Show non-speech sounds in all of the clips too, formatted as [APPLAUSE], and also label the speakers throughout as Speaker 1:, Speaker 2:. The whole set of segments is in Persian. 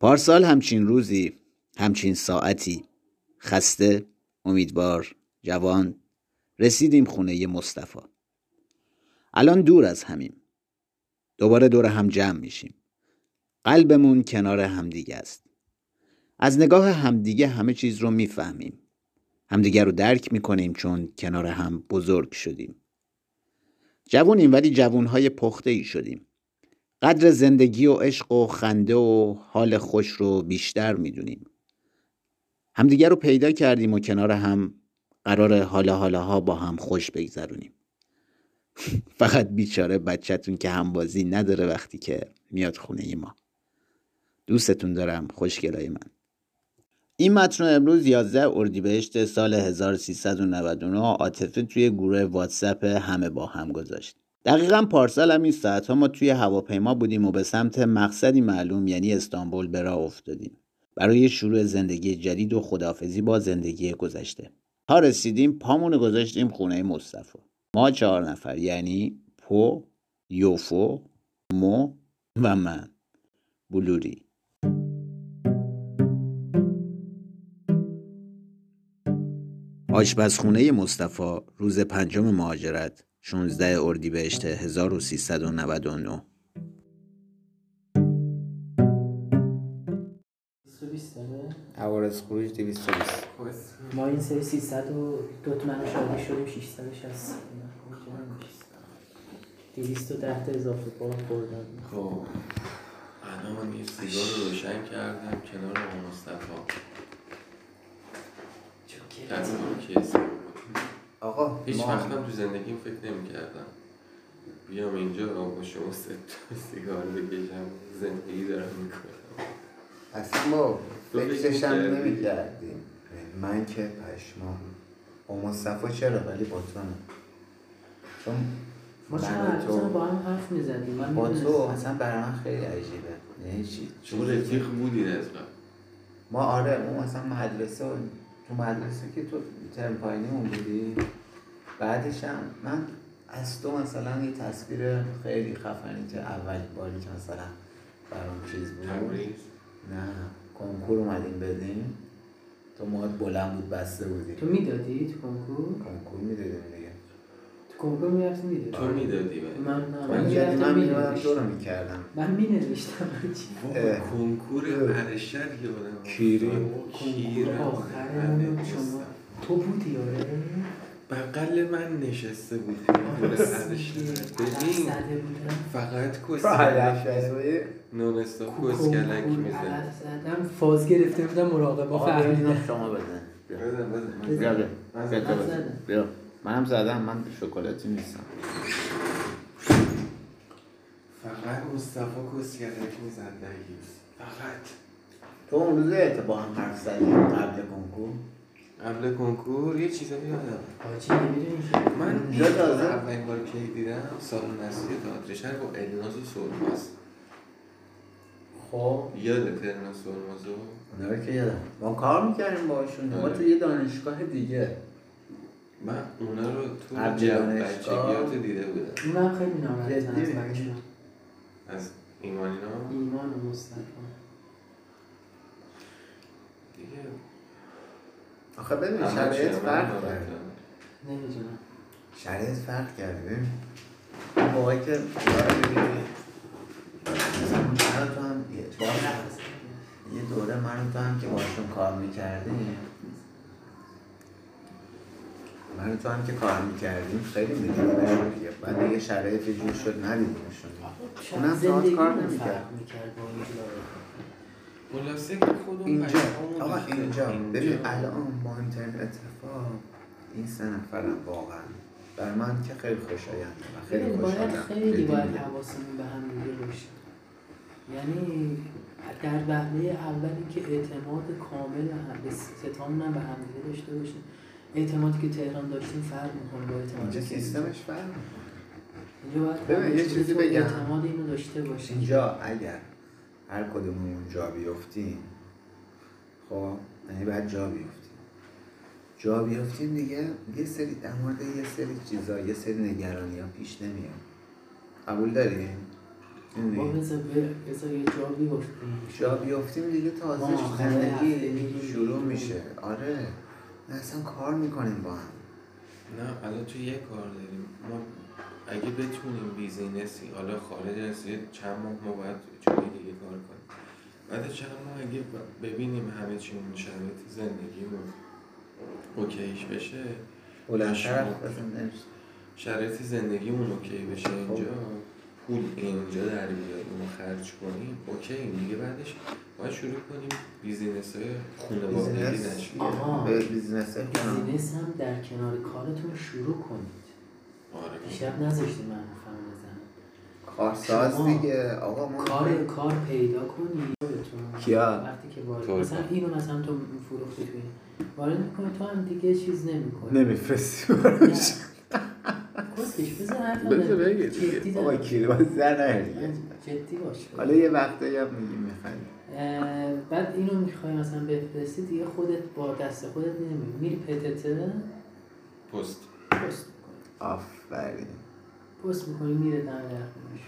Speaker 1: پارسال همچین روزی همچین ساعتی خسته امیدوار جوان رسیدیم خونه مصطفی الان دور از همیم دوباره دور هم جمع میشیم قلبمون کنار همدیگه است از نگاه همدیگه همه چیز رو میفهمیم همدیگه رو درک میکنیم چون کنار هم بزرگ شدیم جوونیم ولی جوونهای پخته ای شدیم قدر زندگی و عشق و خنده و حال خوش رو بیشتر میدونیم همدیگه رو پیدا کردیم و کنار هم قرار حالا حالاها با هم خوش بگذرونیم [LAUGHS] فقط بیچاره بچهتون که همبازی نداره وقتی که میاد خونه ما دوستتون دارم خوشگلای من این متن امروز 11 اردیبهشت سال 1399 عاطفه توی گروه واتساپ همه با هم گذاشت دقیقا پارسال هم این ساعت ها ما توی هواپیما بودیم و به سمت مقصدی معلوم یعنی استانبول به راه افتادیم برای شروع زندگی جدید و خدافزی با زندگی گذشته تا رسیدیم پامون گذاشتیم خونه مصطفی ما چهار نفر یعنی پو یوفو مو و من بلوری آشپزخونه مصطفی روز پنجم مهاجرت 16 اردیبهشت 1399
Speaker 2: 220 داره
Speaker 3: عوارض خروج 220
Speaker 2: ما این سری 300 و دو تومن شادی شدیم 660 200 و ده تا اضافه بار خوردم
Speaker 4: خب الان من یه سیگار رو روشن کردم کنار آقا مصطفی کسی رو کیس
Speaker 3: آقا
Speaker 4: هیچ
Speaker 3: ما
Speaker 4: وقتم تو زندگیم فکر نمیکردم بیام اینجا با شما سه تا سیگار بکشم زندگی دارم میکنم
Speaker 3: اصلا ما
Speaker 4: تو
Speaker 3: فکرشم
Speaker 4: فکر می‌کردی؟
Speaker 3: نمیکردیم من که پشمام با مصطفی چرا ولی با تو نه چون
Speaker 2: ما
Speaker 3: من
Speaker 2: چند
Speaker 3: و
Speaker 2: هر روز
Speaker 3: بله، تو
Speaker 2: با هم حرف میزدیم من
Speaker 3: با تو
Speaker 2: می‌دونستم.
Speaker 3: اصلا برای من خیلی عجیبه یعنی چی
Speaker 4: شما رفیق بودین از قبل
Speaker 3: ما آره اون اصلا مدرسه و- تو مدرسه که تو ترم پایینی اون بودی بعدش هم من از تو مثلا یه تصویر خیلی خفنی که اول باری که مثلا برام چیز بود
Speaker 4: تبریز
Speaker 3: نه کنکور اومدیم بدیم تو مواد بلند بود بسته بودی
Speaker 2: تو میدادی تو کنکور
Speaker 3: کنکور میدادیم دیگه
Speaker 2: تو کنکور میرفتی میدادی
Speaker 4: تو میدادی به
Speaker 2: من نه
Speaker 3: من
Speaker 2: من
Speaker 3: یعنی
Speaker 2: میرفتم
Speaker 3: من میدونم تو
Speaker 2: مینوشتم
Speaker 3: رو
Speaker 2: [LAUGHS]
Speaker 3: میکردم
Speaker 2: من مینوشتم
Speaker 3: اه.
Speaker 4: کنکور
Speaker 3: اه.
Speaker 4: ارشد یه آدم
Speaker 3: کیری.
Speaker 4: کیری
Speaker 2: کنکور
Speaker 4: اره
Speaker 2: آخرمون شما تو بودی آره
Speaker 4: بغل من نشسته بود کنکور ارشد ببین
Speaker 2: زده بودم
Speaker 4: فقط کسکلک
Speaker 3: فرهشت
Speaker 4: نونستا کسکلک
Speaker 2: کنکور
Speaker 4: میزن
Speaker 2: علف زدم آره، فاز گرفته بودم مراقبه فهمیدم
Speaker 3: شما بزن بیا.
Speaker 4: بزن بزن من
Speaker 3: بیا بیا
Speaker 4: من
Speaker 3: بیا تو
Speaker 2: زدم.
Speaker 3: بزن. بیا منم زدم من شکلاتی نیستم
Speaker 4: فقط مصطفی کسکلک میزن نگیز فقط
Speaker 3: تو اون روز با هم حرف زدیم قبل کنکور
Speaker 4: قبل کنکور یه چیزا یادم
Speaker 2: حاجی نمیدونی که
Speaker 4: من
Speaker 3: یاد
Speaker 4: یاد
Speaker 3: آزاد.
Speaker 4: اولین بار کی دیدم سالن اصلی تئاتر با الناز و سلماس
Speaker 3: خب
Speaker 4: یادت الناز سلمازو
Speaker 3: اونا رو که یادم ما کار میکردیم باشون ما تو یه دانشگاه دیگه
Speaker 4: من اونا رو تو
Speaker 3: قبل
Speaker 4: جمع
Speaker 3: دانشگاه.
Speaker 4: بچگیاتو دیده بودم
Speaker 2: اونم خیلی ناراحتم
Speaker 3: جدی
Speaker 2: از
Speaker 3: میگی؟
Speaker 2: بچه‌ها.
Speaker 4: از ایمانینا
Speaker 2: ایمان و مصطفی
Speaker 4: دیگه
Speaker 3: آخه ببین
Speaker 4: همه
Speaker 3: شرایط
Speaker 4: چیزا من
Speaker 3: فرق
Speaker 4: یادم.
Speaker 3: کرد
Speaker 2: نمیدونم
Speaker 3: شرایط فرق کرده ببین اون موقعی که یاد می‌گیری، مثلا من و تو هم یه- با هم- یه دوره من و تو هم که باشون کار میکردیم من و تو هم که کار میکردیم خیلی میدیدیمشون دیگه بعد دیگه شرایط یه جور شد ندیدیمشون اونم تئاتر کار
Speaker 2: زندگیمون
Speaker 3: نمی‌کرد.
Speaker 2: فرق می‌کرد با اون جورایی.
Speaker 4: خلاصه که خودم
Speaker 3: اینجا
Speaker 4: پیامو
Speaker 3: آقا
Speaker 4: داشتم.
Speaker 3: اینجا ببین
Speaker 4: اینجا.
Speaker 3: الان مهمترین اتفاق این سه نفرم واقعا بر من که خیلی خوشایند و خیلی
Speaker 2: ببین، باید
Speaker 3: خوشحالم
Speaker 2: خیلی
Speaker 3: جدی
Speaker 2: باید
Speaker 3: میگم.
Speaker 2: حواسمون به هم دیگه باشه یعنی در وهله اولی که اعتماد کامل هم به ستامون هم به هم دیگه داشته باشیم اعتمادی که تهران داشتیم فرق میکنه با اعتمادی
Speaker 3: اینجا
Speaker 2: که
Speaker 3: سیستمش فرق
Speaker 2: اینجا باید
Speaker 3: ببین، یه
Speaker 2: همه
Speaker 3: چیزی
Speaker 2: تو
Speaker 3: بگم.
Speaker 2: اعتماد اینو داشته باشیم
Speaker 3: اینجا اگر هر کدوم اونجا بیفتیم خب یعنی بعد جا بیفتیم جا بیفتیم دیگه یه سری در مورد یه سری چیزا یه سری نگرانی ها پیش نمیاد قبول داری؟
Speaker 2: ما
Speaker 3: زندگی
Speaker 2: بذار ب- بذار یه جا بیفتیم
Speaker 3: جا بیافتیم دیگه تازه
Speaker 2: ما آخر
Speaker 3: زندگی
Speaker 2: هفته
Speaker 3: شروع
Speaker 2: می‌ریم.
Speaker 3: میشه آره نه اصلا کار میکنیم با هم
Speaker 4: نه الان تو یه کار داریم ما اگه بتونیم بیزینسی حالا خارج از یه چند ماه ما باید جای دیگه کار کنیم بعد چند ماه اگه ب- ببینیم همه چیمون شرایط زندگیمون اوکیش بشه
Speaker 3: بلندتر
Speaker 4: شما-
Speaker 3: حرف بزن نمیشه.
Speaker 4: شرایط زندگیمون اوکی بشه اینجا پول اینجا در بیاد اونو خرج کنیم اوکی دیگه بعدش باید شروع کنیم بیزینس های خانوادگی
Speaker 3: بیزینس
Speaker 4: نشه
Speaker 2: آها.
Speaker 3: به بیزینس های کنم
Speaker 2: بیزینس هم در کنار کارتون شروع کنید
Speaker 4: آره
Speaker 2: دیشب نذاشتی من حرفم بزنم
Speaker 3: کارساز
Speaker 2: شما
Speaker 3: دیگه آقا ما
Speaker 2: کار کار پیدا کنی خودتون.
Speaker 3: کیا؟
Speaker 2: وقتی که وارد
Speaker 4: کار
Speaker 2: مثلا
Speaker 4: کن.
Speaker 2: اینو مثلا تو فروختی توی این. وارد میکنی تو هم دیگه چیز نمیکنی
Speaker 3: نمیفرستی
Speaker 2: کسکش بذار حرف
Speaker 3: [LAUGHS] بذار
Speaker 2: بزن.
Speaker 3: بگه دیگه.
Speaker 2: جدی
Speaker 3: آقا
Speaker 2: دارم.
Speaker 3: کیلو زن نهیه
Speaker 2: جدی باش
Speaker 3: حالا یه وقتایی هم میگیم میخریم
Speaker 2: اه، بعد اینو میخوای مثلا بفرستی دیگه خودت با دست خودت نمیری میری پتته
Speaker 4: پست
Speaker 2: پست میکنی
Speaker 3: آفرین
Speaker 2: پست میکنی میره دم در خونش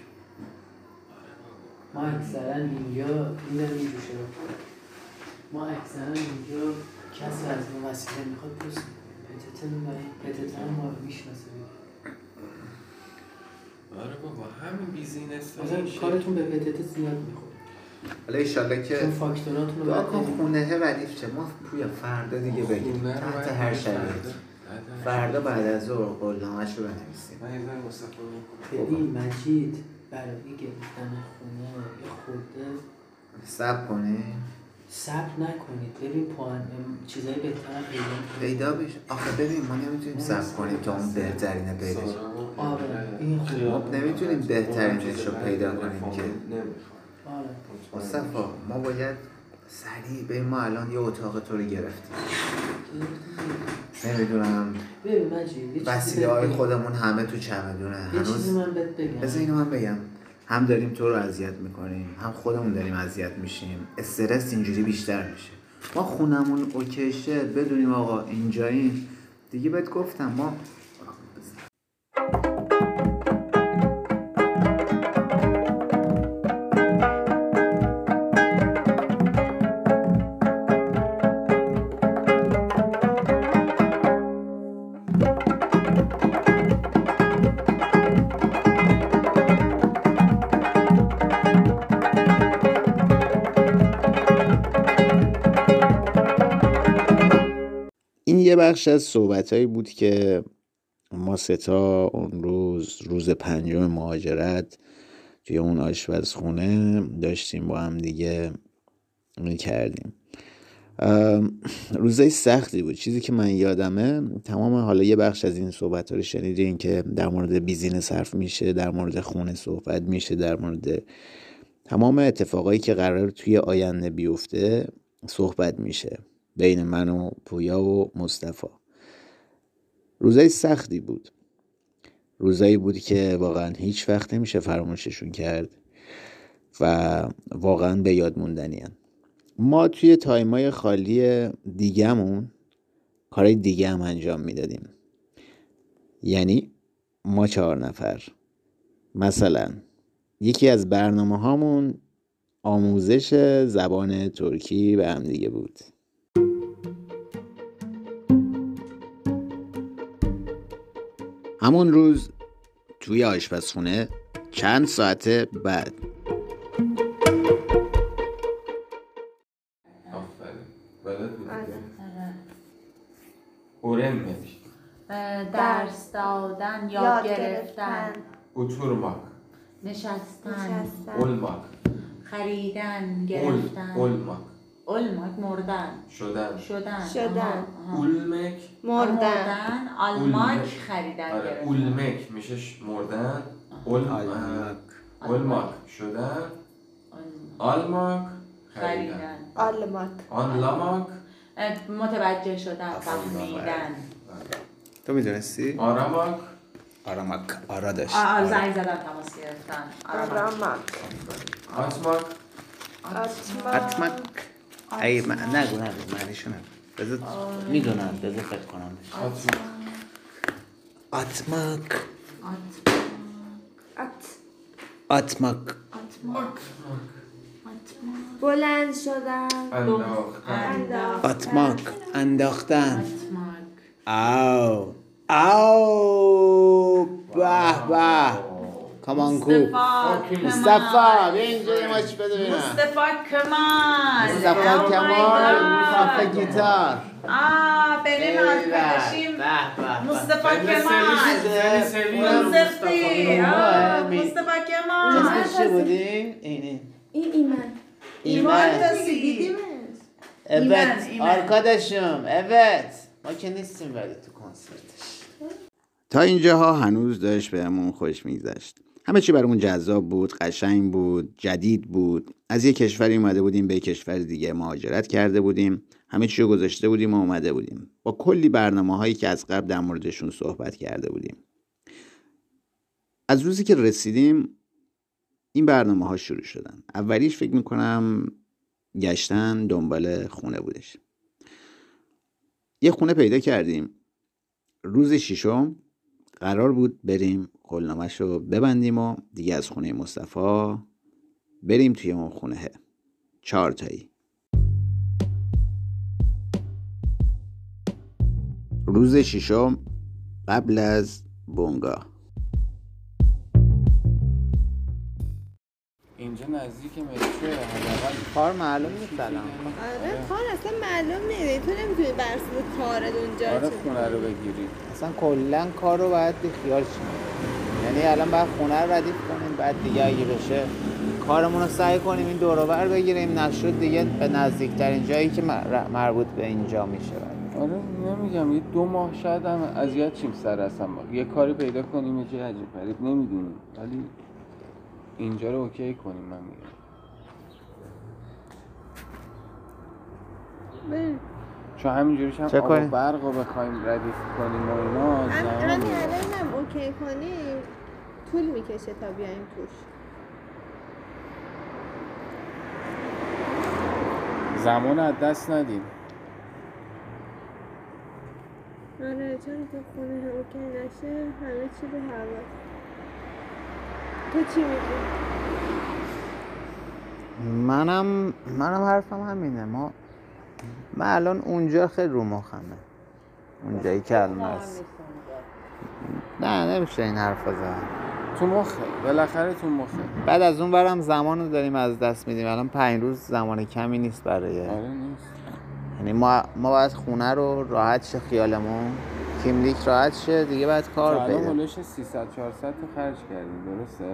Speaker 2: ما اکثرا اینجا میرم اینجوشه رو ما اکثرا اینجا کسی از ما وسیله میخواد پست میکنه پتته میبریم پتته هم ما میشناسه
Speaker 4: آره بابا همین بیزینس
Speaker 2: مثلا کارتون به پتته زیاد میخوره
Speaker 3: حالا ایشالله
Speaker 2: چون
Speaker 3: که
Speaker 2: فاکتوراتون رو
Speaker 3: دعا
Speaker 2: باید
Speaker 3: کن
Speaker 2: بدیم.
Speaker 3: خونه ردیف چه ما پویا فردا دیگه بگیم تحت هر شرایط فردا
Speaker 4: şey-
Speaker 3: بعد از ظهر قولنامه‌شو بنویسیم
Speaker 4: من یه ذره مصطفی رو می‌کنم.
Speaker 2: ببین مجید برای گرفتن خونه یه خورده
Speaker 3: سب کنی
Speaker 2: صبر نکنید ببین پوان چیزای بهتر هم پیدا کنید
Speaker 3: پیدا بشه آخه ببین ما نمیتونیم سب کنیم تا اون بهترینه پیدا شه.
Speaker 4: سارا و
Speaker 2: آره،
Speaker 4: امره.
Speaker 2: این خوبه.
Speaker 4: خب،
Speaker 3: نمی‌تونیم
Speaker 4: اون
Speaker 3: بهترینش رو
Speaker 4: چیز
Speaker 3: پیدا
Speaker 4: بعد
Speaker 3: کنیم که.
Speaker 4: نمی‌خوام.
Speaker 2: آره
Speaker 3: مصطفی ما باید سریع به ما الان یه اتاق تو رو گرفتیم نمیدونم
Speaker 2: ببین مجید یه چیزی
Speaker 3: وسیله
Speaker 2: بهت
Speaker 3: های
Speaker 2: بگم.
Speaker 3: خودمون همه تو چمدونه
Speaker 2: یه چیزی
Speaker 3: هنوز
Speaker 2: من بهت بگم
Speaker 3: بذار اینو من بگم هم داریم تو رو اذیت میکنیم هم خودمون داریم اذیت میشیم استرس اینجوری بیشتر میشه ما خونمون اوکیشه بدونیم آقا اینجاییم دیگه بهت گفتم ما
Speaker 1: این یه بخش از صحبتهایی بود که ما ستا اون روز روز پنجم مهاجرت توی اون آشپزخونه داشتیم با هم دیگه میکردیم روزای سختی بود چیزی که من یادمه تمام حالا یه بخش از این صحبت رو شنیدین که در مورد بیزینس حرف میشه در مورد خونه صحبت میشه در مورد تمام اتفاقایی که قرار توی آینده بیفته صحبت میشه بین من و پویا و مصطفی روزای سختی بود روزایی بود که واقعا هیچ وقت نمیشه فراموششون کرد و واقعا به یاد موندنیان ما توی تایمای خالی دیگهمون کارهای دیگه هم انجام میدادیم یعنی ما چهار نفر مثلا یکی از برنامه هامون آموزش زبان ترکی به هم دیگه بود همون روز توی آشپزخونه چند ساعت بعد
Speaker 4: آفرین بلد بودی
Speaker 5: آره.
Speaker 4: Öğrenmek,
Speaker 6: درس دادن
Speaker 5: یاد
Speaker 6: یاد گرفتن
Speaker 4: oturmak,
Speaker 6: نشستن
Speaker 5: نشستن
Speaker 4: olmak,
Speaker 6: خریدن
Speaker 4: ol,
Speaker 6: گرفتن
Speaker 4: olmak,
Speaker 6: علمک مردن
Speaker 4: şöden,
Speaker 6: شدن
Speaker 5: شدن.
Speaker 6: آها، آها.
Speaker 4: ulmek,
Speaker 5: مردن
Speaker 6: آلماک
Speaker 4: علمک.
Speaker 6: خریدن
Speaker 4: آره
Speaker 6: گرفتن
Speaker 4: ulmek میشه ش- مردن olmak, olmak, شدن,
Speaker 6: علم.
Speaker 4: almak, خریدن,
Speaker 6: خریدن
Speaker 5: آلماک
Speaker 4: anlamak,
Speaker 6: اه، متوجه شدن
Speaker 3: آفرین،
Speaker 6: فهمیدن
Speaker 3: تو میدونستی؟
Speaker 4: aramak,
Speaker 1: آرامک آرا داشت
Speaker 6: آه، آه، زنگ زدن تماس گرفتن آره.
Speaker 5: آره.
Speaker 6: آرامک.
Speaker 5: آرامک
Speaker 4: atmak,
Speaker 5: آتماک
Speaker 1: اتمک ای م... نگو نگو معنیشو نگو بذار میدونم بذار فکر کنم
Speaker 4: atmak,
Speaker 1: اتمک
Speaker 6: آت-
Speaker 1: اتمک
Speaker 5: آت بلند شدن
Speaker 4: انداختن
Speaker 1: آتماک انداختن
Speaker 6: اتماک
Speaker 1: او او به به کمانکو
Speaker 6: مصطفى
Speaker 1: مصطفى بیا اینجا یه ماچ بده ببینم
Speaker 6: مصطفى کمال
Speaker 1: مصطفى
Speaker 6: Oh my
Speaker 1: کمال
Speaker 6: God.
Speaker 1: مصطفى گیتار
Speaker 6: آه بریم
Speaker 3: به،
Speaker 6: arkadaşım
Speaker 3: به، به.
Speaker 6: مصطفى كمال موسیقی آه، مصطفى کمال
Speaker 1: اسمش چی بودی؟ اینه
Speaker 5: این ایمن
Speaker 6: ایمان
Speaker 1: ایمن
Speaker 6: تاسی ایمن،
Speaker 1: اوت
Speaker 6: ایمن.
Speaker 1: آرکادشم اوت آره، ما که نیستیم ولی تو کنسرتش تا اینجاها هنوز داشت بهمون خوش میگذشت همه چی برامون جذاب بود قشنگ بود جدید بود از یه کشوری اومده بودیم به یه کشور دیگه مهاجرت کرده بودیم همه چی رو گذاشته بودیم و اومده بودیم با کلی برنامه هایی که از قبل در موردشون صحبت کرده بودیم از روزی که رسیدیم این برنامه ها شروع شدن اولیش فکر میکنم گشتن دنبال خونه بودش یه خونه پیدا کردیم روز ششم قرار بود بریم قولنامش رو ببندیم و دیگه از خونه مصطفی بریم توی اون خونه چهار تایی روز ششم قبل از بونگاه
Speaker 4: اینجا نزدیک مترو حداقل
Speaker 1: کار معلوم نیست الان
Speaker 4: آره.
Speaker 7: آره کار اصلا معلوم نیست تو نمیتونی برسه کارت اونجا
Speaker 4: آره
Speaker 7: چه.
Speaker 4: خونه رو بگیری
Speaker 1: اصلا کلا کار رو باید بیخیال شیم یعنی الان باید خونه رو ردیف کنیم بعد دیگه اگه بشه کارمون رو سعی کنیم این دور و بر بگیریم نشد دیگه به نزدیکترین جایی که مر- مربوط به اینجا میشه بعد.
Speaker 4: آره نمیگم یه دو ماه شاید هم اذیت چیم سر از هم یه کاری پیدا کنیم یه جای عجیب غریب نمیدونیم ولی اینجا رو اوکی کنیم من میگم
Speaker 7: بریم.
Speaker 4: چون همینجوریش هم
Speaker 1: چه
Speaker 4: آب
Speaker 1: کاری؟
Speaker 4: و برق رو بخوایم ردیف کنیم و اینا
Speaker 7: هم-
Speaker 4: زمان
Speaker 7: همین
Speaker 4: می‌بره.
Speaker 7: الان هم اوکی کنیم طول میکشه تا بیایم توش
Speaker 4: زمان رو از دست ندیم
Speaker 7: آره چون تو خونه هم اوکی نشه همه چی رو هوا تو چی میگی؟
Speaker 1: منم منم حرفم همینه ما من الان اونجا خیلی رو مخمه اونجایی که الان هست نه نمیشه این حرف زن
Speaker 4: تو مخه بالاخره تو مخه
Speaker 1: بعد از اون برم زمان رو داریم از دست میدیم الان پنج روز زمان کمی نیست برای
Speaker 4: آره نیست
Speaker 1: یعنی ما ما باید خونه رو راحت شه خیالمون تیملیک راحت شه دیگه باید
Speaker 4: تا
Speaker 1: کار
Speaker 4: الان
Speaker 1: پیدا
Speaker 4: هلوش 300 400 تا خرج کردیم درسته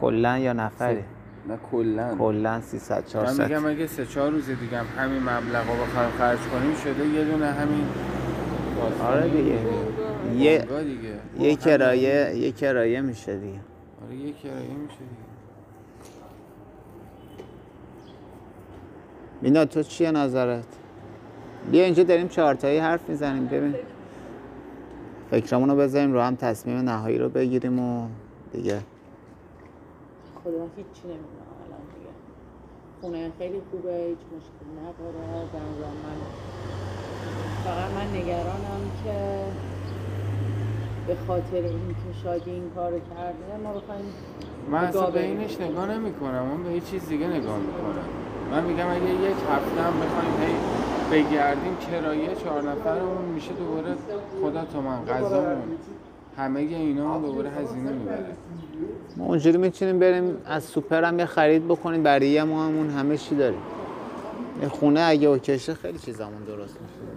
Speaker 1: کلا یا نفری
Speaker 4: نه کلا
Speaker 1: کلا 300
Speaker 4: من
Speaker 1: 400
Speaker 4: میگم اگه سه چهار روز دیگه هم همین مبلغ رو بخوایم خرج کنیم شده یه دونه همین داستان
Speaker 1: آره دیگه یه
Speaker 4: بنگاه دیگه
Speaker 1: یه
Speaker 4: همین.
Speaker 1: کرایه یه کرایه میشه دیگه
Speaker 4: آره یه کرایه میشه دیگه
Speaker 1: مینا تو چیه نظرت بیا اینجا داریم چهارتایی حرف میزنیم ببین فکرمون رو بذاریم رو هم تصمیم نهایی رو بگیریم و دیگه
Speaker 8: خدا هیچی نمیدونم الان دیگه خونه خیلی خوبه هیچ مشکل نداره زن من فقط من نگرانم که به خاطر اینکه شادی این کارو کرده ما بخوایم
Speaker 4: من اصلا
Speaker 8: نگاه
Speaker 4: به
Speaker 8: بریم.
Speaker 4: اینش نگاه نمیکنم اون به یه چیز دیگه نگاه میکنم من میگم اگه یک هفته هم بخوایم هی بگردیم کرایه چهار نفرمون میشه دوباره خدا تو من غذامون همه اینا دوباره هزینه میبره
Speaker 1: ما اونجوری میتونیم بریم از سوپر هم یه خرید بکنیم برای یه ماهمون همه چی داریم یه خونه اگه اوکشه خیلی چیزامون درست میشه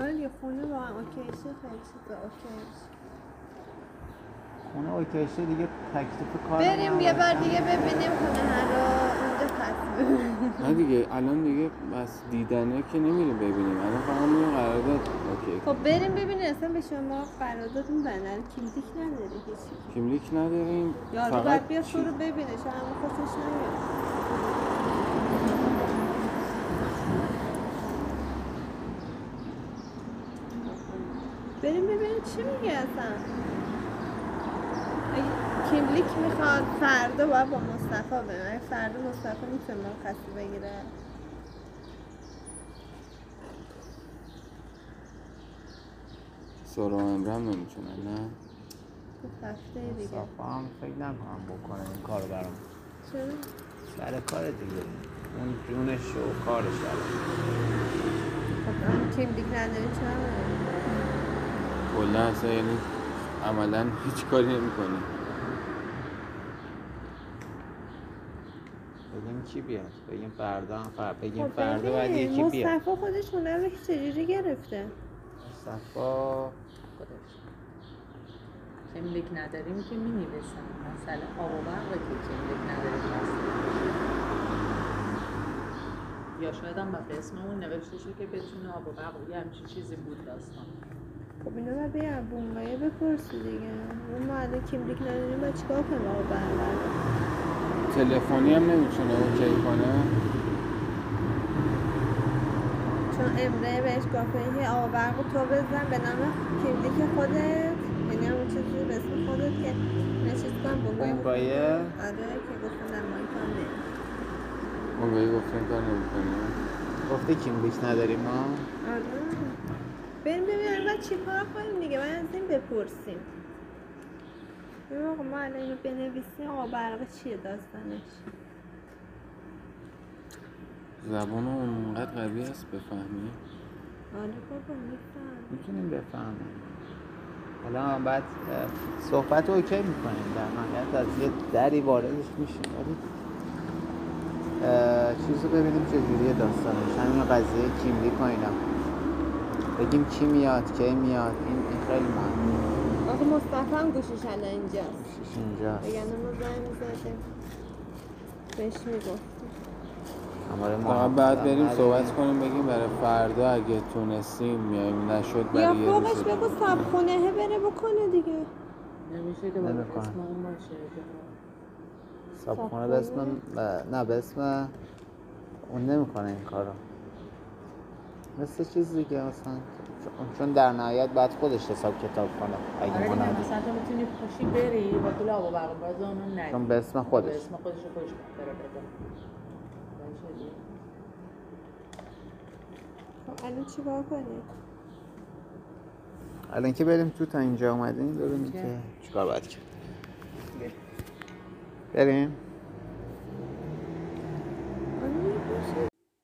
Speaker 7: آره یه خونه با هم اوکی شه خیلی چیزا اوکی شه.
Speaker 1: خونه اوکشه دیگه تکلیف کار
Speaker 7: بریم یه بار دیگه ببینیم خونه رو اونجا
Speaker 4: نه
Speaker 7: تصمیم
Speaker 4: دیگه الان دیگه بس دیدنه که نمیریم ببینیم الان فقط میریم قرارداد اوکی
Speaker 7: خب بریم ببینیم اصلا به شما قرارداد میبندن کلیک نداره هیچی
Speaker 4: کملیک نداریم
Speaker 7: یارو
Speaker 4: فقط
Speaker 7: باید بیا تو رو ببینه شاید هم خوشش نمیاد بریم ببینیم چی میگه اصلا اگه کیملیک میخواد فردا باید با مصطفی بریم اگه فردا مصطفی میتونه من خسته بگیره
Speaker 4: سارا و امرم نمیتونن نه
Speaker 7: گفت خب، هفته دیگه
Speaker 3: مصطفی هم فکر نکنم بکنه این کارو برام
Speaker 7: چرا؟
Speaker 3: سر کار دیگه اون جونش و کارش الان.
Speaker 7: خب اما کلیک نداری چرا؟
Speaker 9: کلا اصلا یعنی عملا هیچ کاری نمیکنی
Speaker 3: بگیم کی بیاد بگیم فردا هم فر... بگیم
Speaker 7: خب
Speaker 3: فردا باید
Speaker 7: ببین،
Speaker 3: یکی بیاد
Speaker 7: مصطفی خودش هنر رو چجوری گرفته
Speaker 3: مصطفی
Speaker 6: خودش کملیک نداریم که می نویسم مثلا آب و برق که کملیک نداریم بس. یا شاید هم به اسم اون نوشته شد که بتونه آب و برق یه همچین چیزی بود داستان
Speaker 7: خب اینو باید بیا بونگایه بپرسی دیگه اون ما الان کلیک نداریم باید چیکار کنیم آقا برقرار
Speaker 9: تلفنی هم نمیتونه اوکی کنه
Speaker 7: چون امره بهش گفتن که آقا برق رو تو بزن به نام کلیک خودت یعنی همون چیزی به اسم خودت که نشید کنم بونگایه
Speaker 3: بونگایه؟
Speaker 7: آره که گفتن ما کنه
Speaker 9: اون بایی گفت این کار نمیکنه
Speaker 3: گفته کیم بیک نداریم ما
Speaker 7: آره بریم ببینیم بعد چی کار کنیم دیگه من از این بپرسیم ببین آقا ما الان اینو بنویسیم آقا برق چیه داستانش
Speaker 9: زبان اونقدر قوی هست بفهمی
Speaker 7: آره بابا میفهم
Speaker 3: میتونیم بفهمیم حالا بعد اه، صحبت رو اوکی میکنیم در نهایت از یه دری واردش میشیم ولی اه، چیز رو ببینیم چجوریه داستانش همین قضیه کیملیک و اینا بگیم کی میاد کی میاد این, این خیلی مهمه
Speaker 7: آخه مصطفی هم گوشش الان اینجاست
Speaker 3: گوشیش اینجاست
Speaker 7: وگرنه ما زنگ میزدیم بهش میگفتیم
Speaker 3: هماره ما
Speaker 9: فقط
Speaker 3: هم
Speaker 9: بعد
Speaker 3: بودن،
Speaker 9: بریم
Speaker 3: بعد
Speaker 9: صحبت کنیم بگیم برای فردا اگه تونستیم میایم
Speaker 1: بله،
Speaker 9: نشد
Speaker 7: یا
Speaker 9: برای یه
Speaker 7: فوقش
Speaker 9: روز
Speaker 7: بگو
Speaker 9: دیگه.
Speaker 7: سبخونه بره بکنه دیگه
Speaker 6: نمیشه که باید
Speaker 3: نمی‌کنه.
Speaker 6: اسم اون باشه
Speaker 3: صابخونه به اسم ب- نه به اسم اون نمیکنه این کارو مثل چیز دیگه مثلا چون- چون در نهایت باید خودش حساب کتاب کنه
Speaker 6: آره
Speaker 3: اگه ما
Speaker 6: دیگه
Speaker 3: ندیم.
Speaker 6: مثلا تو میتونی پاشی بری با پول آب و برق باز اونو ندی
Speaker 3: چون به اسم خودش.
Speaker 6: به اسم خودش رو خودش بره بده باشه دیگه.
Speaker 7: خب الان چیکار کنیم
Speaker 3: الان که بریم تو تا اینجا اومدیم ببینیم که چیکار باید کرد بریم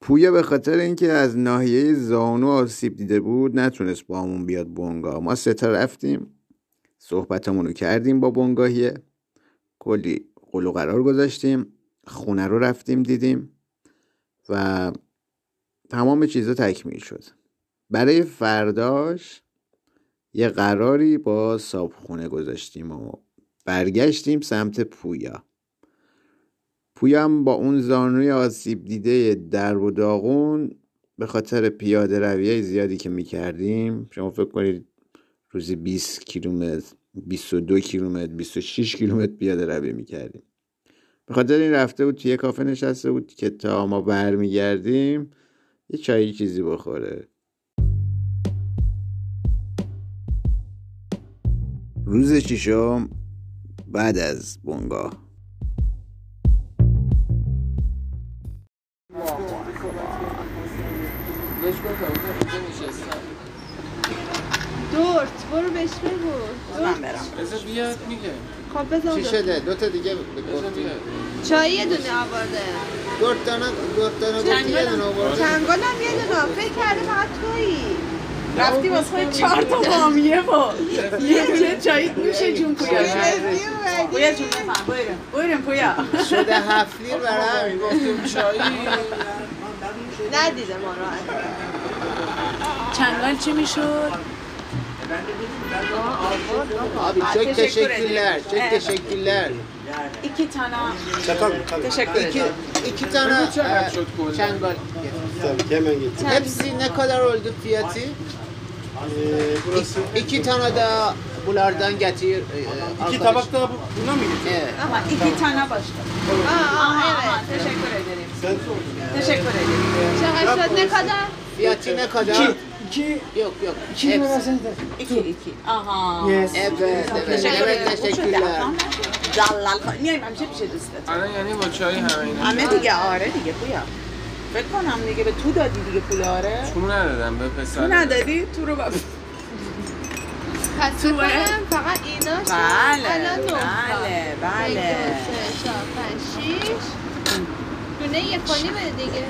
Speaker 1: پویا به خاطر اینکه از ناحیه زانو آسیب دیده بود نتونست با همون بیاد بونگا ما سه تا رفتیم صحبتمون رو کردیم با بونگاهیه کلی قول و قرار گذاشتیم خونه رو رفتیم دیدیم و تمام چیزا تکمیل شد برای فرداش یه قراری با صابخونه گذاشتیم و برگشتیم سمت پویا پویا هم با اون زانوی آسیب دیده در و داغون به خاطر پیاده رویه زیادی که میکردیم شما فکر کنید روزی 20 کیلومتر 22 کیلومتر 26 کیلومتر پیاده روی میکردیم به خاطر این رفته بود توی یه کافه نشسته بود که تا ما برمیگردیم یه چایی چیزی بخوره روز ششم بعد از بونگاه
Speaker 7: دورت برو بهش بگو دورت
Speaker 9: بذار بیاد میگه
Speaker 7: خب بزن
Speaker 1: چی
Speaker 7: دورت.
Speaker 1: شده؟ دو تا دیگه
Speaker 9: بذار
Speaker 1: گفتی؟
Speaker 9: بیاد
Speaker 7: چای یه دونه آورده
Speaker 1: دو تا نه دو تا نه گفتی یه دونه آوردی.
Speaker 7: چنگال هم یه دونه فکر کرده فقط تویی
Speaker 10: رفتی واسه خود چهار تا بامیه با یه دونه چایی نوشه جون پویا پویا جون بفهم بایرم بایرم پویا
Speaker 3: شده هفت لیر برای همین گفتیم
Speaker 7: ندیده ما رو هنوز.
Speaker 10: چنگال چی میشد؟
Speaker 3: آبی چک تشکیلر چک تشکیلر
Speaker 10: ایکی تانا
Speaker 3: iki, iki tane e, çengol. Hepsi ne kadar oldu fiyatı? İ- iki tane de bunlardan getir. iki tabak da buna mı getir? Evet.
Speaker 10: Ama iki tane başka. Aha, aha, teşekkür ederim. Teşekkür ederim.
Speaker 7: چقدر شد نکادر
Speaker 3: Fiyatı ne kadar? İki. Yok yok. İki Hepsi.
Speaker 10: İki, iki. Aha.
Speaker 3: Evet evet.
Speaker 10: Teşekkür ederim.
Speaker 3: Evet
Speaker 10: Bu şöyle
Speaker 3: teşekkürler.
Speaker 10: ama Dallal. Niye hemşe bir şey istedim.
Speaker 9: الان یعنی با چای همه اینا
Speaker 10: همه دیگه آره دیگه بویا فکر کنم دیگه به تو دادی دیگه پول آره
Speaker 9: تو ندادم به
Speaker 10: تو
Speaker 9: پسر
Speaker 10: ندادی تو رو بب...
Speaker 7: مشخص
Speaker 6: توه؟
Speaker 7: کنم فقط اینا شد.
Speaker 6: بله،
Speaker 7: الان نه تا.
Speaker 6: بله، بله.
Speaker 7: یک، دو، سه، چهار، پنج، شیش. دونه یک و نیمه دیگه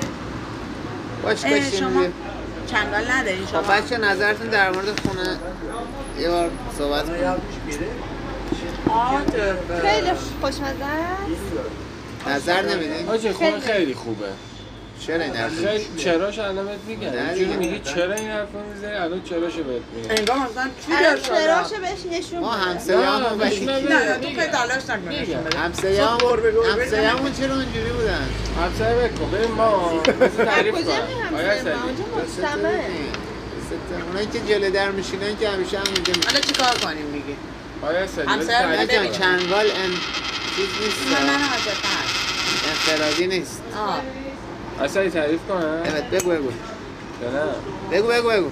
Speaker 1: باش
Speaker 6: اه،
Speaker 1: بشین
Speaker 6: شما
Speaker 1: دیگه.
Speaker 6: چنگال ندارین شما
Speaker 1: خب بچه نظرتون در مورد خونه یه بار صحبت کنید بله.
Speaker 7: خیلی خوشمزه است
Speaker 1: نظر نمیدین
Speaker 9: حاجی خونه خیلی خوبه
Speaker 1: چرا این حرف
Speaker 9: خیلی چراش الان بهت میگم
Speaker 1: نه
Speaker 9: اینجوری
Speaker 1: دیگه.
Speaker 9: میگی چرا این حرفو میزنی الان چراشو بهت میگم
Speaker 6: انگار مثلا چی
Speaker 11: الان
Speaker 6: داشت حالا؟
Speaker 11: چراغشو بهش نشون
Speaker 1: ما
Speaker 11: بده.
Speaker 1: همسایه همون
Speaker 9: نه،
Speaker 1: ولی
Speaker 9: نه،
Speaker 6: نه تو که تلاش
Speaker 9: میگم.
Speaker 6: نکنه
Speaker 1: همسایه همون همسایه همون چرا اونجوری بودن
Speaker 9: همسایه بکن بریم
Speaker 1: [LAUGHS]
Speaker 9: ما بذار تعریف
Speaker 7: کجا
Speaker 9: کنم.
Speaker 7: می‌رم
Speaker 9: آیا
Speaker 7: سینما؟
Speaker 9: سعید؟
Speaker 7: اونجا
Speaker 1: چطوری؟
Speaker 7: مجتمع
Speaker 1: ستاره. اونایی که جلو در میشینن که همیشه هم اینجا میشینن
Speaker 6: حالا چیکار کنیم دیگه
Speaker 9: آیا سعید، بذار
Speaker 6: همسایه
Speaker 9: تعریف
Speaker 1: نه جان،
Speaker 9: کنم.
Speaker 6: ببینیم.
Speaker 1: چنگال ان چیز نیست
Speaker 6: نه نه نه حاجت هست.
Speaker 1: انفرادی نیست
Speaker 6: آه.
Speaker 9: آیا سعید تعریف کنم
Speaker 1: evet بگو بگو
Speaker 9: یا نه
Speaker 1: بگو بگو بگو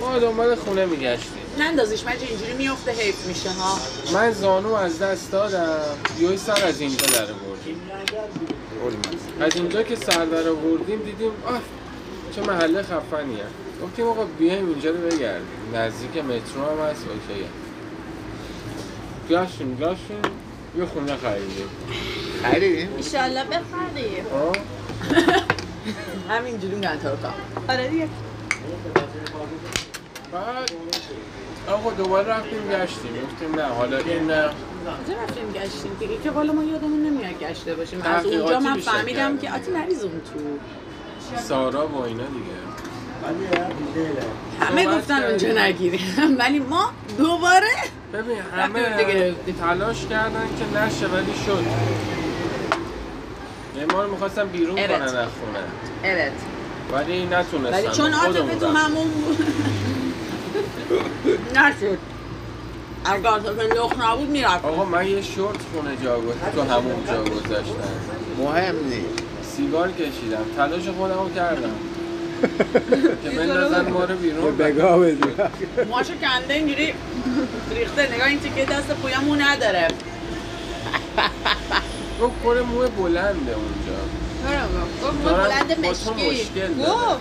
Speaker 9: ما دنبال خونه میگشتیم
Speaker 6: نندازیش مجه اینجوری میفته حیف میشه ها
Speaker 9: من زانو از دست دادم یه سر از اینجا در آوردیم از اینجا که سر در آوردیم دیدیم آه چه محله خفنیه گفتیم آقا بیایم اینجا رو بگردیم نزدیک مترو هم هست اوکیه گشتیم گشتیم یه خونه خریدیم
Speaker 1: خریدیم
Speaker 11: ایشالله بخریم
Speaker 9: آه؟
Speaker 6: همینجوری میگن ترکا
Speaker 11: آره دیگه
Speaker 9: بعد آقا دوباره رفتیم گشتیم گفتیم نه حالا این نه
Speaker 6: کجا رفتیم گشتیم دیگه که والا ما یادمون نمیاد گشته باشیم از
Speaker 9: تحقیقاتی
Speaker 6: اونجا من
Speaker 9: بیشتر
Speaker 6: فهمیدم
Speaker 9: کردم.
Speaker 6: که آتی نریز اون تو
Speaker 9: سارا با اینا دیگه
Speaker 6: همه
Speaker 9: صحبت
Speaker 6: گفتن
Speaker 9: کردیم.
Speaker 6: اونجا نگیریم [LAUGHS] ولی ما دوباره
Speaker 9: ببین
Speaker 6: رفتیم
Speaker 9: همه
Speaker 6: دیگه گرفتیم.
Speaker 9: تلاش کردن که نشه ولی شد یعنی ما رو میخواستم بیرون
Speaker 6: ارت.
Speaker 9: کنن از خونه
Speaker 6: ارت
Speaker 9: ولی نتونستم
Speaker 6: ولی چون عاطفه تو همون بود نشد اگر عاطفه لخ نبود میرفت
Speaker 9: آقا من یه شورت خونه جا گذاشت- تو همون جا گذاشتم
Speaker 1: مهم نیست
Speaker 9: سیگار کشیدم تلاش خودم رو کردم که بندازن ما رو بیرون
Speaker 12: بگاه بدی
Speaker 6: ماشو کنده اینجوری ریخته نگاه این تیکه دست پویمو نداره
Speaker 9: گفت کل موه بلنده اونجا
Speaker 7: چرا گفت گفت ما
Speaker 9: دارم
Speaker 7: بلند
Speaker 9: با تو
Speaker 7: مشکی
Speaker 9: مشکل دارم.
Speaker 7: گفت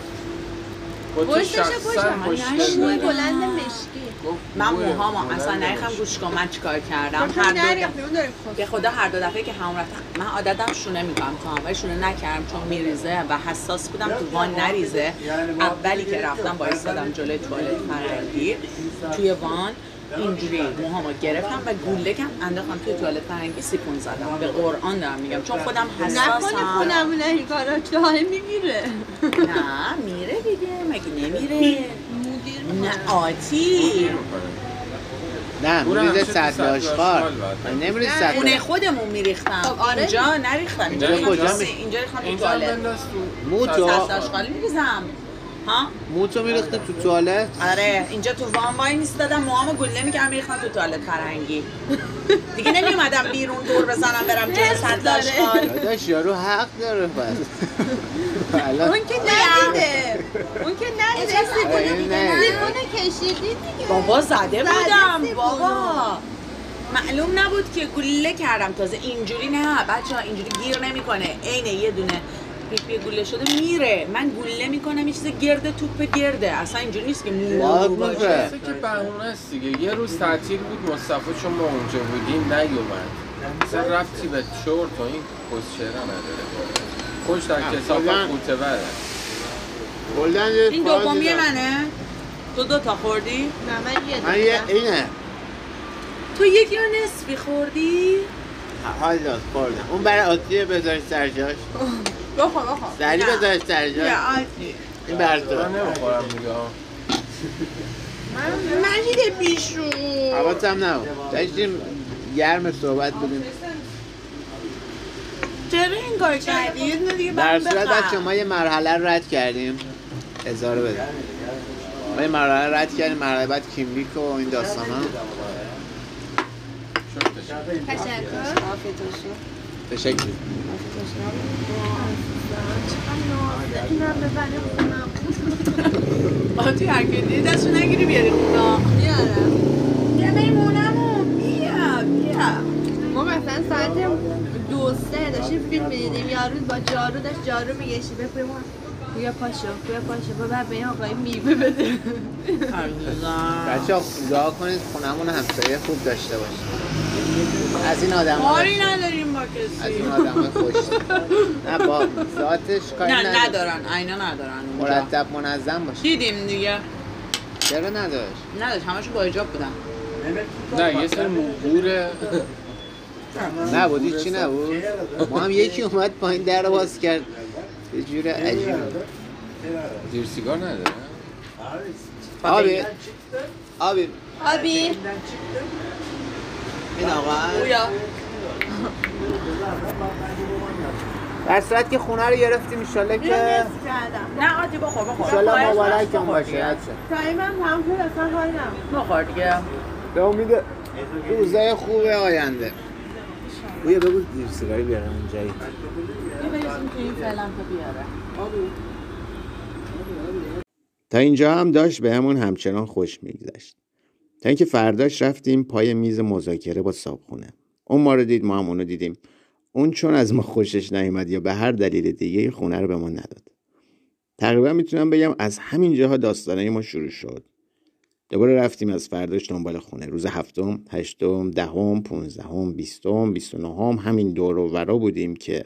Speaker 9: با تو
Speaker 7: پشتش
Speaker 9: شخصا
Speaker 7: پشتم.
Speaker 9: مشکل
Speaker 7: گفت موی
Speaker 9: دارم
Speaker 7: بلند مشکی
Speaker 9: گفت
Speaker 6: من
Speaker 9: موه
Speaker 6: موهامو اصلا
Speaker 9: بلنده
Speaker 6: نریخم گوش کن من چیکار کردم
Speaker 7: گفت
Speaker 6: هر
Speaker 7: ما
Speaker 6: دو دفعه-
Speaker 7: نریختیم، اون داره
Speaker 6: به
Speaker 7: می‌خواد.
Speaker 6: خدا هر دو دفعه که همون رفتم من عادتم شونه میکنم تو هم ولی شونه نکردم چون میریزه و حساس بودم تو وان نریزه اولی که رفتم بایستادم جلوی توالت فرنگی توی وان اینجوری موهامو گرفتم و گوله کم انداختم توی توالت فرنگی سیپون زدم به قرآن دارم میگم چون خودم
Speaker 7: نکنه
Speaker 6: حساسم
Speaker 7: خونمون این کارا جاله میگیره
Speaker 6: نه میره دیگه مگه نمیره
Speaker 7: مدیر
Speaker 6: نه آتی
Speaker 1: نه
Speaker 9: اونم
Speaker 1: میریز
Speaker 9: شد
Speaker 1: صد لاشخار
Speaker 9: صد لاشخوار.
Speaker 1: من نمیریز
Speaker 7: نه،
Speaker 1: صد
Speaker 6: خونه خودمون میریختم
Speaker 7: خب، آره.
Speaker 6: اینجا نریختم اینجا
Speaker 9: اینجا
Speaker 6: ریختم
Speaker 1: کجا
Speaker 6: سی-
Speaker 1: می-
Speaker 6: اینجا ریختم تو
Speaker 9: اینجا هم
Speaker 6: توالت
Speaker 9: بنداز تو
Speaker 1: مو تو.
Speaker 9: سرساش
Speaker 6: دستاش خالی میریزم ها
Speaker 1: موتو میریختی تو توالت
Speaker 6: آره اینجا تو وان وای میستادم موهامو گله میکردم میریختم تو توالت فرنگی دیگه نمیومدم بیرون دور بزنم برم جای
Speaker 7: حس
Speaker 6: صد
Speaker 7: داره.
Speaker 6: لاشخال
Speaker 1: داداش یارو حق داره پس الان
Speaker 7: اون که ندیده اون که ندیده
Speaker 1: آره، این نه.
Speaker 7: سیبونه کشیدی دیگه
Speaker 6: بابا زده بودم
Speaker 7: سیبون.
Speaker 6: بابا معلوم نبود که گله کردم تازه اینجوری نه بچه اینجوری گیر نمیکنه عین یه دونه پیپی گله شده میره من گله میکنم یه چیز گرده توپ گرده اصلا اینجوری نیست که مو
Speaker 1: باگ
Speaker 6: رو باشه.
Speaker 1: می‌خوره.
Speaker 9: مثل که بهونه است دیگه یه روز تعطیل بود مصطفی چون ما اونجا بودیم نیومد مثلا رفتی به چور تو این کسچهره نداره خوش در کسافت
Speaker 1: کلاً.
Speaker 9: کوته بره
Speaker 1: کلاً یه
Speaker 6: این
Speaker 1: کار
Speaker 6: دومی
Speaker 1: دیدم.
Speaker 6: منه تو دو تا خوردی
Speaker 7: نه من
Speaker 1: من
Speaker 7: یه
Speaker 1: یه
Speaker 7: دونه
Speaker 1: اینه
Speaker 6: تو یکی رو نصفی خوردی
Speaker 1: حال داد خوردم اون برای آتیه بذاری سرجاش
Speaker 7: بخور بخور
Speaker 1: سری
Speaker 6: نه.
Speaker 1: بذاری سرجاش
Speaker 6: آتی
Speaker 1: این بر
Speaker 9: من
Speaker 1: تو
Speaker 9: نمیخورم دیگه آه.
Speaker 6: مجید بیشون
Speaker 1: حواسم نبود داشتیم گرم صحبت بودیم
Speaker 6: چرا این کار کردی؟ یه دونه دیگه
Speaker 1: در
Speaker 6: برام
Speaker 1: صورت
Speaker 6: بخر.
Speaker 1: بچه ما یه مرحله رو رد کردیم اظهار بده ما یه مرحله رد کردیم مرحله بعد کیمیک و این داستان ها
Speaker 7: تشکر
Speaker 1: تشکر
Speaker 7: اینم ببره خونم
Speaker 6: آتی حرکتی دستو نگیری بیاری خونه
Speaker 7: میارم
Speaker 6: یه میمونمو بیا بیا
Speaker 7: ما مثلا ساعت دو سه داشتیم فیلم میدیدیم یارو با جارو داشت جارو میگشی بپوی ما
Speaker 13: بیا پاشو بیا پاشو بیا بعد به این آقای میوه بده
Speaker 3: بچه ها دعا کنید خونمون همسایه خوب داشته باشیم از این آدم
Speaker 14: کاری نداریم با کسی
Speaker 3: از این آدم خوش نه با ذاتش کاری
Speaker 14: نه ندارن اینا ندارن اونجا.
Speaker 3: مرتب منظم باشه
Speaker 14: دیدیم دیگه
Speaker 3: چرا نداشت
Speaker 14: نداشت همشون با حجاب بودن
Speaker 3: نه یه سر مقبوره نبود هیچی نبود ما هم یکی اومد پایین در رو باز کرد یه جور عجیب
Speaker 9: زیر سیگار نداره
Speaker 3: آبی آبی
Speaker 13: آبی
Speaker 3: این آقا
Speaker 13: بویا
Speaker 3: در صورت که خونه رو گرفتیم انشالله که
Speaker 14: نه آتی بخور بخور
Speaker 3: انشالله مبارکم باشه حدسه.
Speaker 7: تایمم هم شد اصلا حال نبود
Speaker 14: بخور دیگه
Speaker 3: به امید روزای خوب آینده بویا بگو دیر سیگاری بیارم اونجایی
Speaker 14: یه بریزیم تو این فعلا که بیاره
Speaker 1: تا اینجا هم داشت به همون همچنان خوش میگذشت تا اینکه فرداش رفتیم پای میز مذاکره با صابخونه اون ما رو دید ما هم اونو دیدیم اون چون از ما خوشش نیومد یا به هر دلیل دیگه خونه رو به ما نداد تقریبا میتونم بگم از همین جاها داستانه ما شروع شد دوباره رفتیم از فرداش دنبال خونه روز هفتم هشتم دهم پونزدهم بیستم بیست و نهم همین دور و ورا بودیم که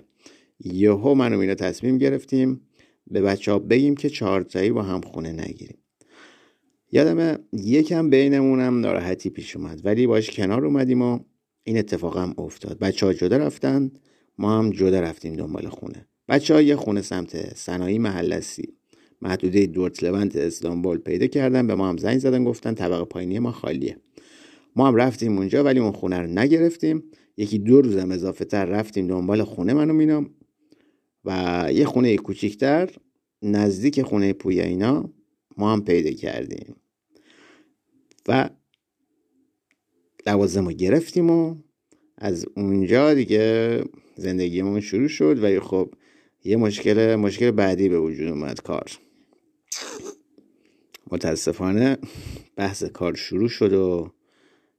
Speaker 1: یهو من و مینا تصمیم گرفتیم به بچه ها بگیم که چهارتایی با هم خونه نگیریم یادمه یکم بینمونم ناراحتی پیش اومد ولی باش کنار اومدیم و این اتفاق هم افتاد بچه ها جدا رفتن ما هم جدا رفتیم دنبال خونه بچه ها یه خونه سمت صنایع محلسی محدوده دورتلوند استانبول پیدا کردن به ما هم زنگ زدن گفتن طبقه پایینی ما خالیه ما هم رفتیم اونجا ولی اون خونه رو نگرفتیم یکی دو روزم اضافه تر رفتیم دنبال خونه منو مینام و یه خونه کوچیکتر نزدیک خونه پویا اینا ما هم پیدا کردیم و لوازم رو گرفتیم و از اونجا دیگه زندگیمون شروع شد ولی خب یه مشکل مشکل بعدی به وجود اومد کار متاسفانه بحث کار شروع شد و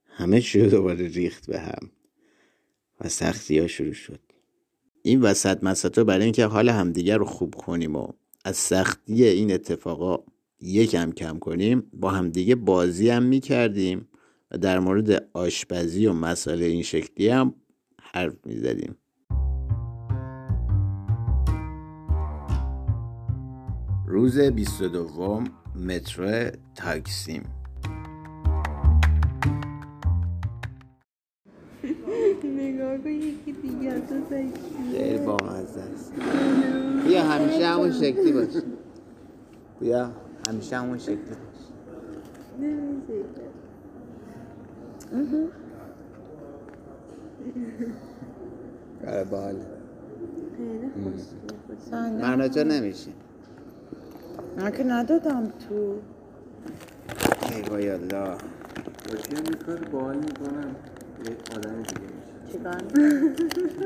Speaker 1: همه چی رو دوباره ریخت به هم و سختی ها شروع شد
Speaker 15: این وسط مسطا برای اینکه حال همدیگر رو خوب کنیم و از سختی این اتفاقا یکم کم کنیم با همدیگه بازی هم میکردیم و در مورد آشپزی و مسائل این شکلی هم حرف میزدیم روز 22 مترو تاکسیم
Speaker 7: نگاه کن یکی دیگه از تو زکی
Speaker 3: خیلی بامزه است بیا همیشه همون شکلی باش بیا همیشه همون شکلی باش
Speaker 7: نمیشه
Speaker 3: آره باحاله
Speaker 7: خیلی خوشگل خوشگل.
Speaker 3: مرنا جا نمیشه
Speaker 16: من که ندادم تو
Speaker 3: ای وای الله
Speaker 9: باشی هم این کار باحال میکنم یه آدم دیگه میشه
Speaker 6: چیکار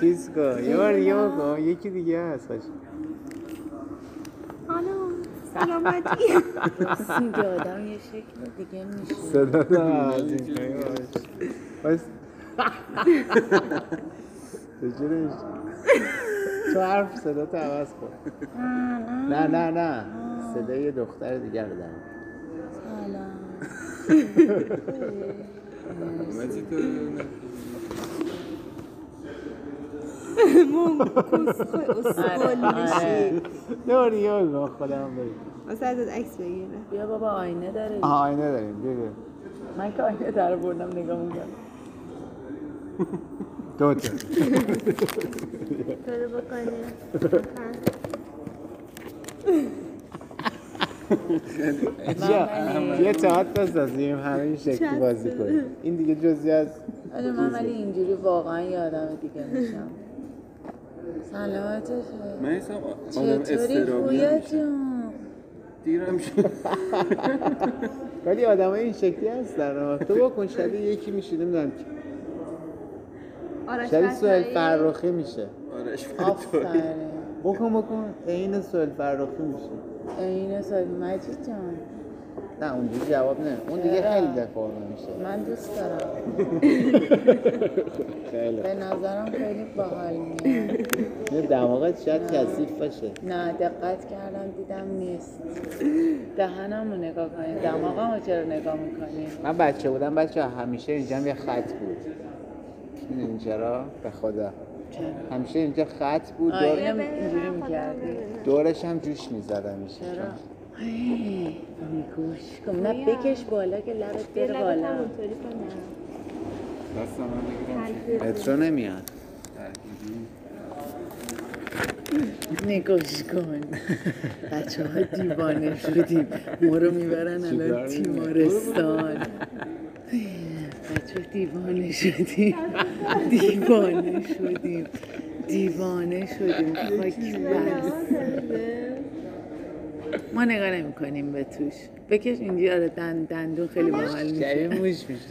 Speaker 3: چیز کن یه بار دیگه بکن یکی دیگه هست باشه
Speaker 7: خانم سلامتی
Speaker 6: سیگ آدم یه شکل دیگه میشه
Speaker 3: صدا نه از این کنی باش باش چجوری میشه؟ تو حرف صدا تو عوض کن نه نه نه صدای یه دختر دیگر رو دارم
Speaker 9: اومدی تو
Speaker 7: مون کسخوی اسکل میشی
Speaker 3: یه بار دیگه بگو خودم بگو
Speaker 7: واسه ازت عکس بگیره
Speaker 6: بیا بابا آینه داره
Speaker 3: آها آینه داریم بیا بیا
Speaker 6: من که آینه در بردم نگاه میکنم
Speaker 3: دو تا
Speaker 7: تو رو بکنی
Speaker 3: بیا، یه تاعت بسازیم همه این شکلی بازی کنیم این دیگه جزی از
Speaker 6: آره من ولی اینجوری واقعا یه آدم دیگه میشم سلامتش
Speaker 9: من حساب آدم
Speaker 6: چطوری
Speaker 9: استرابی
Speaker 6: پویا
Speaker 9: هم میشه
Speaker 6: جون
Speaker 9: دیرم شد
Speaker 3: ولی آدم این شکلی هستن آه. تو بکن شبیه یکی میشه نمیدونم کی.
Speaker 7: آرش
Speaker 3: شبیه سوهل
Speaker 7: فتایی.
Speaker 3: فرخی میشه
Speaker 9: آرش فتایی
Speaker 6: آفرین
Speaker 3: بکن بکن عین سوهل فرخی میشه
Speaker 6: عین سال مجید جان
Speaker 2: نه اونجوری جواب نه اون دیگه خیلی دفاع میشه
Speaker 6: من دوست دارم
Speaker 2: خیلی
Speaker 6: به نظرم خیلی باحال میاد
Speaker 2: نه دماغت شاید کثیف باشه
Speaker 6: نه دقت کردم دیدم نیست دهنم رو نگاه کنید دماغم رو چرا نگاه میکنید
Speaker 2: من بچه بودم بچه همیشه اینجا هم یه خط بود میدونی چرا به خدا همیشه اینجا خط بود دور...
Speaker 6: آینه اینجوری میکردی
Speaker 2: دورش هم جوش میزدم میشه
Speaker 6: چرا؟ گوش کن نه بکش بالا که لبت بره بالا
Speaker 9: دست من
Speaker 17: مترو نمیاد
Speaker 6: نگاش کن [LAUGHS] بچه ها دیوانه شدیم ما رو میبرن الان تیمارستان بچه ها دیوانه شدیم دیوانه شدیم دیوانه شدیم خاک
Speaker 7: آره.
Speaker 6: بر ما نگاه نمی کنیم به توش بکش اینجا آره دن دندون خیلی باحال
Speaker 2: شبیه
Speaker 6: میشه
Speaker 2: موش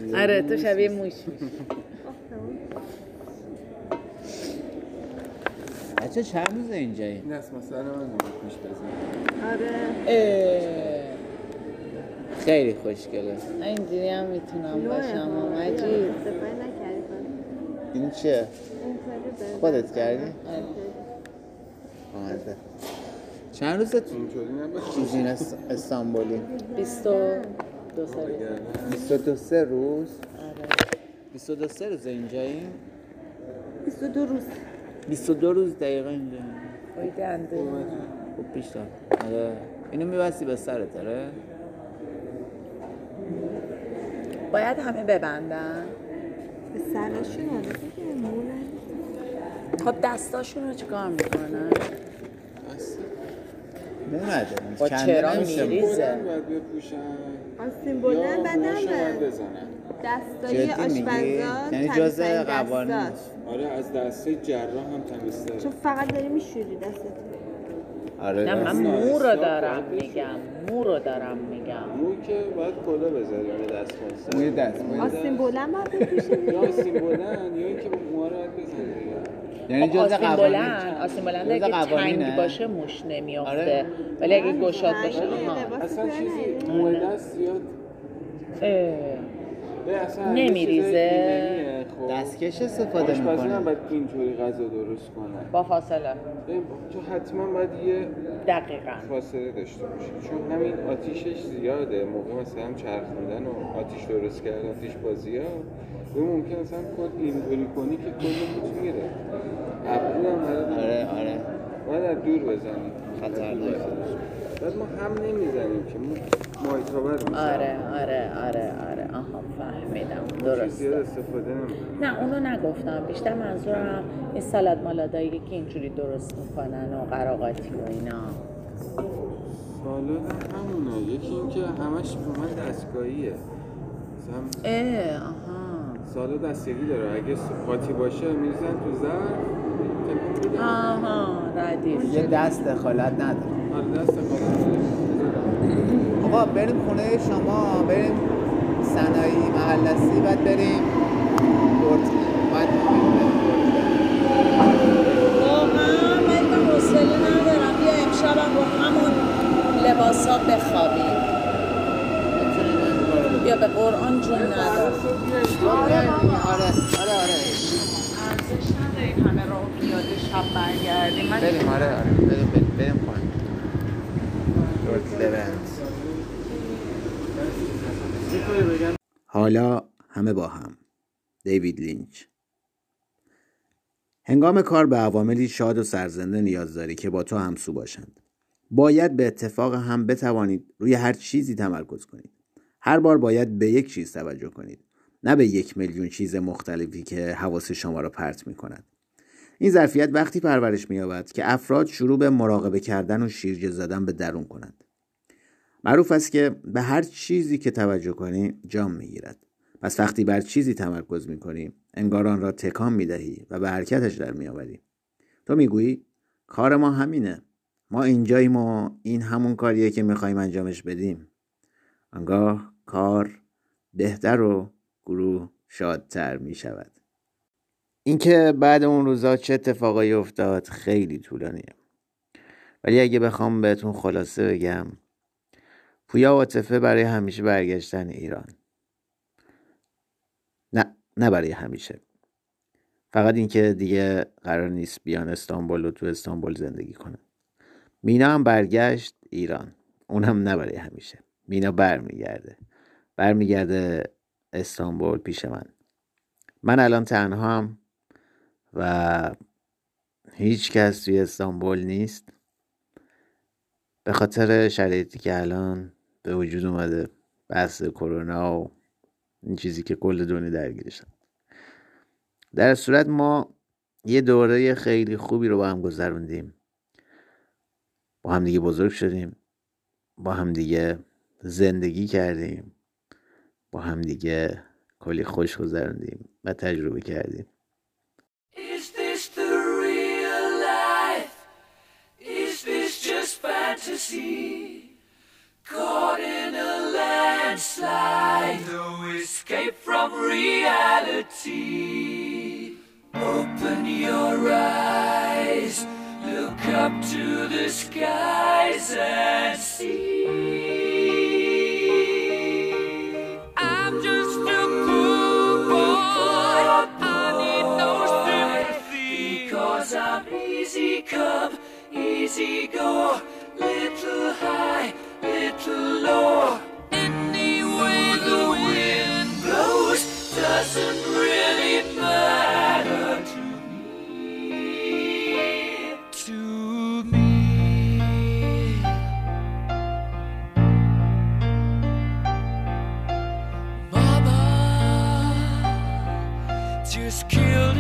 Speaker 2: میشه
Speaker 6: آره تو شبیه موش میشی
Speaker 2: بچه چند روز اینجایی؟
Speaker 9: این است مثلا من نمید پیش بزن
Speaker 6: آره
Speaker 2: اه، خیلی خوشگله
Speaker 6: اینجوری هم میتونم باشم مجید
Speaker 2: این چیه؟ خودت کردی؟ آمده چند روزت
Speaker 9: اینطوری نباشه
Speaker 2: چیزی این است- استانبولی؟
Speaker 6: بیست و دو ساله
Speaker 2: 22 سه روز
Speaker 6: آره
Speaker 2: 22 سه روز اینجایی؟
Speaker 6: 22 روز
Speaker 2: 22 روز دقیقا اینجایی
Speaker 6: اوی دنده
Speaker 2: خب پیش دار. آره اینو میبستی به سرت آره؟
Speaker 6: باید همه ببندن
Speaker 7: به سرشون آره دیگه مونه
Speaker 6: خب دستاشون رو چیکار میکنن؟
Speaker 2: نمیده
Speaker 6: با چرا
Speaker 9: بلند
Speaker 6: میریزه
Speaker 9: باید بپوشن
Speaker 7: آستین
Speaker 9: یا
Speaker 7: بلند بدم
Speaker 9: موش باید
Speaker 7: به
Speaker 9: بزنن
Speaker 7: دستای
Speaker 2: جدی میگی؟
Speaker 7: آشپزان
Speaker 2: یعنی
Speaker 7: تمیز
Speaker 2: جزء
Speaker 7: ترین
Speaker 2: قوانین
Speaker 7: دستاست.
Speaker 9: آره از دسته جراح هم تمیزتره
Speaker 7: چون فقط داری میشوری دستت
Speaker 2: آره
Speaker 6: نه من
Speaker 2: راست.
Speaker 6: مو رو دارم میگم مو رو دارم میگم
Speaker 9: مو که باید کلا بذاری روی دستمال سر.
Speaker 2: موی دست موی دست.
Speaker 7: آستین بلند باید بپوشی
Speaker 9: یا آستین بلند یا اینکه موها رو باید بزنی دیگه.
Speaker 2: یعنی
Speaker 6: خب
Speaker 2: جزء
Speaker 6: آستین
Speaker 2: قوانین
Speaker 6: بلند آستین بلند
Speaker 2: جزء
Speaker 6: اگه
Speaker 2: قوانینه.
Speaker 6: تنگ باشه موش نمیافته
Speaker 2: آره.
Speaker 6: ولی اگه گشاد باشه
Speaker 7: آره.
Speaker 6: آها
Speaker 7: لباس
Speaker 9: اصلا
Speaker 7: تو
Speaker 9: چیزی
Speaker 7: نهیدی.
Speaker 9: مو دست زیاد
Speaker 6: اه.
Speaker 9: به اصلا
Speaker 6: نمیریزه.
Speaker 2: دستکش استفاده
Speaker 9: آشپزون خب. هم
Speaker 2: میکنه
Speaker 9: باید اینطوری غذا درست کنن
Speaker 6: با فاصله
Speaker 9: ببین، تو حتما باید یه
Speaker 6: دقیقا
Speaker 9: فاصله داشته باشی چون همین آتیشش زیاده موقع مثلا چرخوندن و آتیش درست کردن آتیش بازی ها یه ممکن مثلا کل اینطوری کنی که کل پوچ میره ابرو هم باید-
Speaker 2: آره آره
Speaker 9: باید از دور بزنی
Speaker 2: خطرناک
Speaker 9: بعد ما هم نمیزنیم که ما مایتابر میزنیم
Speaker 6: آره آره آره آره آها فهمیدم درست
Speaker 9: زیاد استفاده نمیکنیم
Speaker 6: نه اونو نگفتم بیشتر منظورم این سالاد مالادایی که اینجوری درست میکنن و قراقاتی و اینا
Speaker 9: سالاد هم همونه یکی اینکه همش به من دستگاهیه مثلا
Speaker 6: اه آها
Speaker 9: سالاد دستگی داره اگه قاطی باشه میریزن تو ظرف تکون میدن
Speaker 6: آها ردیف
Speaker 2: یه دست دخالت نداره
Speaker 9: آره دست خودم
Speaker 2: آقا بریم خونه شما بریم صنایعی محلسی بعد بریم گرد بعد
Speaker 18: واقعا من دیگه حوصله ندارم بیا امشبم با همون لباسا بخوابیم بیا به قرآن جون ندار
Speaker 2: آره آره آره
Speaker 18: ارزش نداره این همه راه پیاده شب برگردیم من
Speaker 2: بریم آره آره بریم بریم بریم خونه گرد لبنت
Speaker 1: حالا همه با هم دیوید لینچ هنگام کار به عواملی شاد و سرزنده نیاز داری که با تو همسو باشند باید به اتفاق هم بتوانید روی هر چیزی تمرکز کنید هر بار باید به یک چیز توجه کنید نه به یک میلیون چیز مختلفی که حواس شما را پرت می کند این ظرفیت وقتی پرورش می‌یابد که افراد شروع به مراقبه کردن و شیرجه زدن به درون کنند معروف است که به هر چیزی که توجه کنی جام میگیرد پس وقتی بر چیزی تمرکز میکنی انگار آن را تکان میدهی و به حرکتش در میآوری تو میگویی کار ما همینه ما اینجاییم و این همون کاریه که میخوایم انجامش بدیم آنگاه کار بهتر و گروه شادتر میشود اینکه بعد اون روزا چه اتفاقایی افتاد خیلی طولانیه ولی اگه بخوام بهتون خلاصه بگم پویا عاطفه برای همیشه برگشتن ایران نه نه برای همیشه فقط اینکه دیگه قرار نیست بیان استانبول و تو استانبول زندگی کنن مینا هم برگشت ایران اونم نه برای همیشه مینا برمیگرده برمیگرده استانبول پیش من من الان تنها هم و هیچ کس توی استانبول نیست به خاطر شرایطی که الان به وجود اومده بحث کرونا و این چیزی که کل دنیا درگیرشن در صورت ما یه دوره خیلی خوبی رو با هم گذروندیم با هم دیگه بزرگ شدیم با هم دیگه زندگی کردیم با هم دیگه کلی خوش گذروندیم و تجربه کردیم
Speaker 9: Is this the real life? Is this just fantasy? Caught in a landslide, no escape from reality. Open your eyes, look up to the skies and see. I'm just a poor boy. I need no sympathy because I'm easy come, easy go, little high, little low. Any way the wind blows doesn't really matter to me. To me. Mama, just kill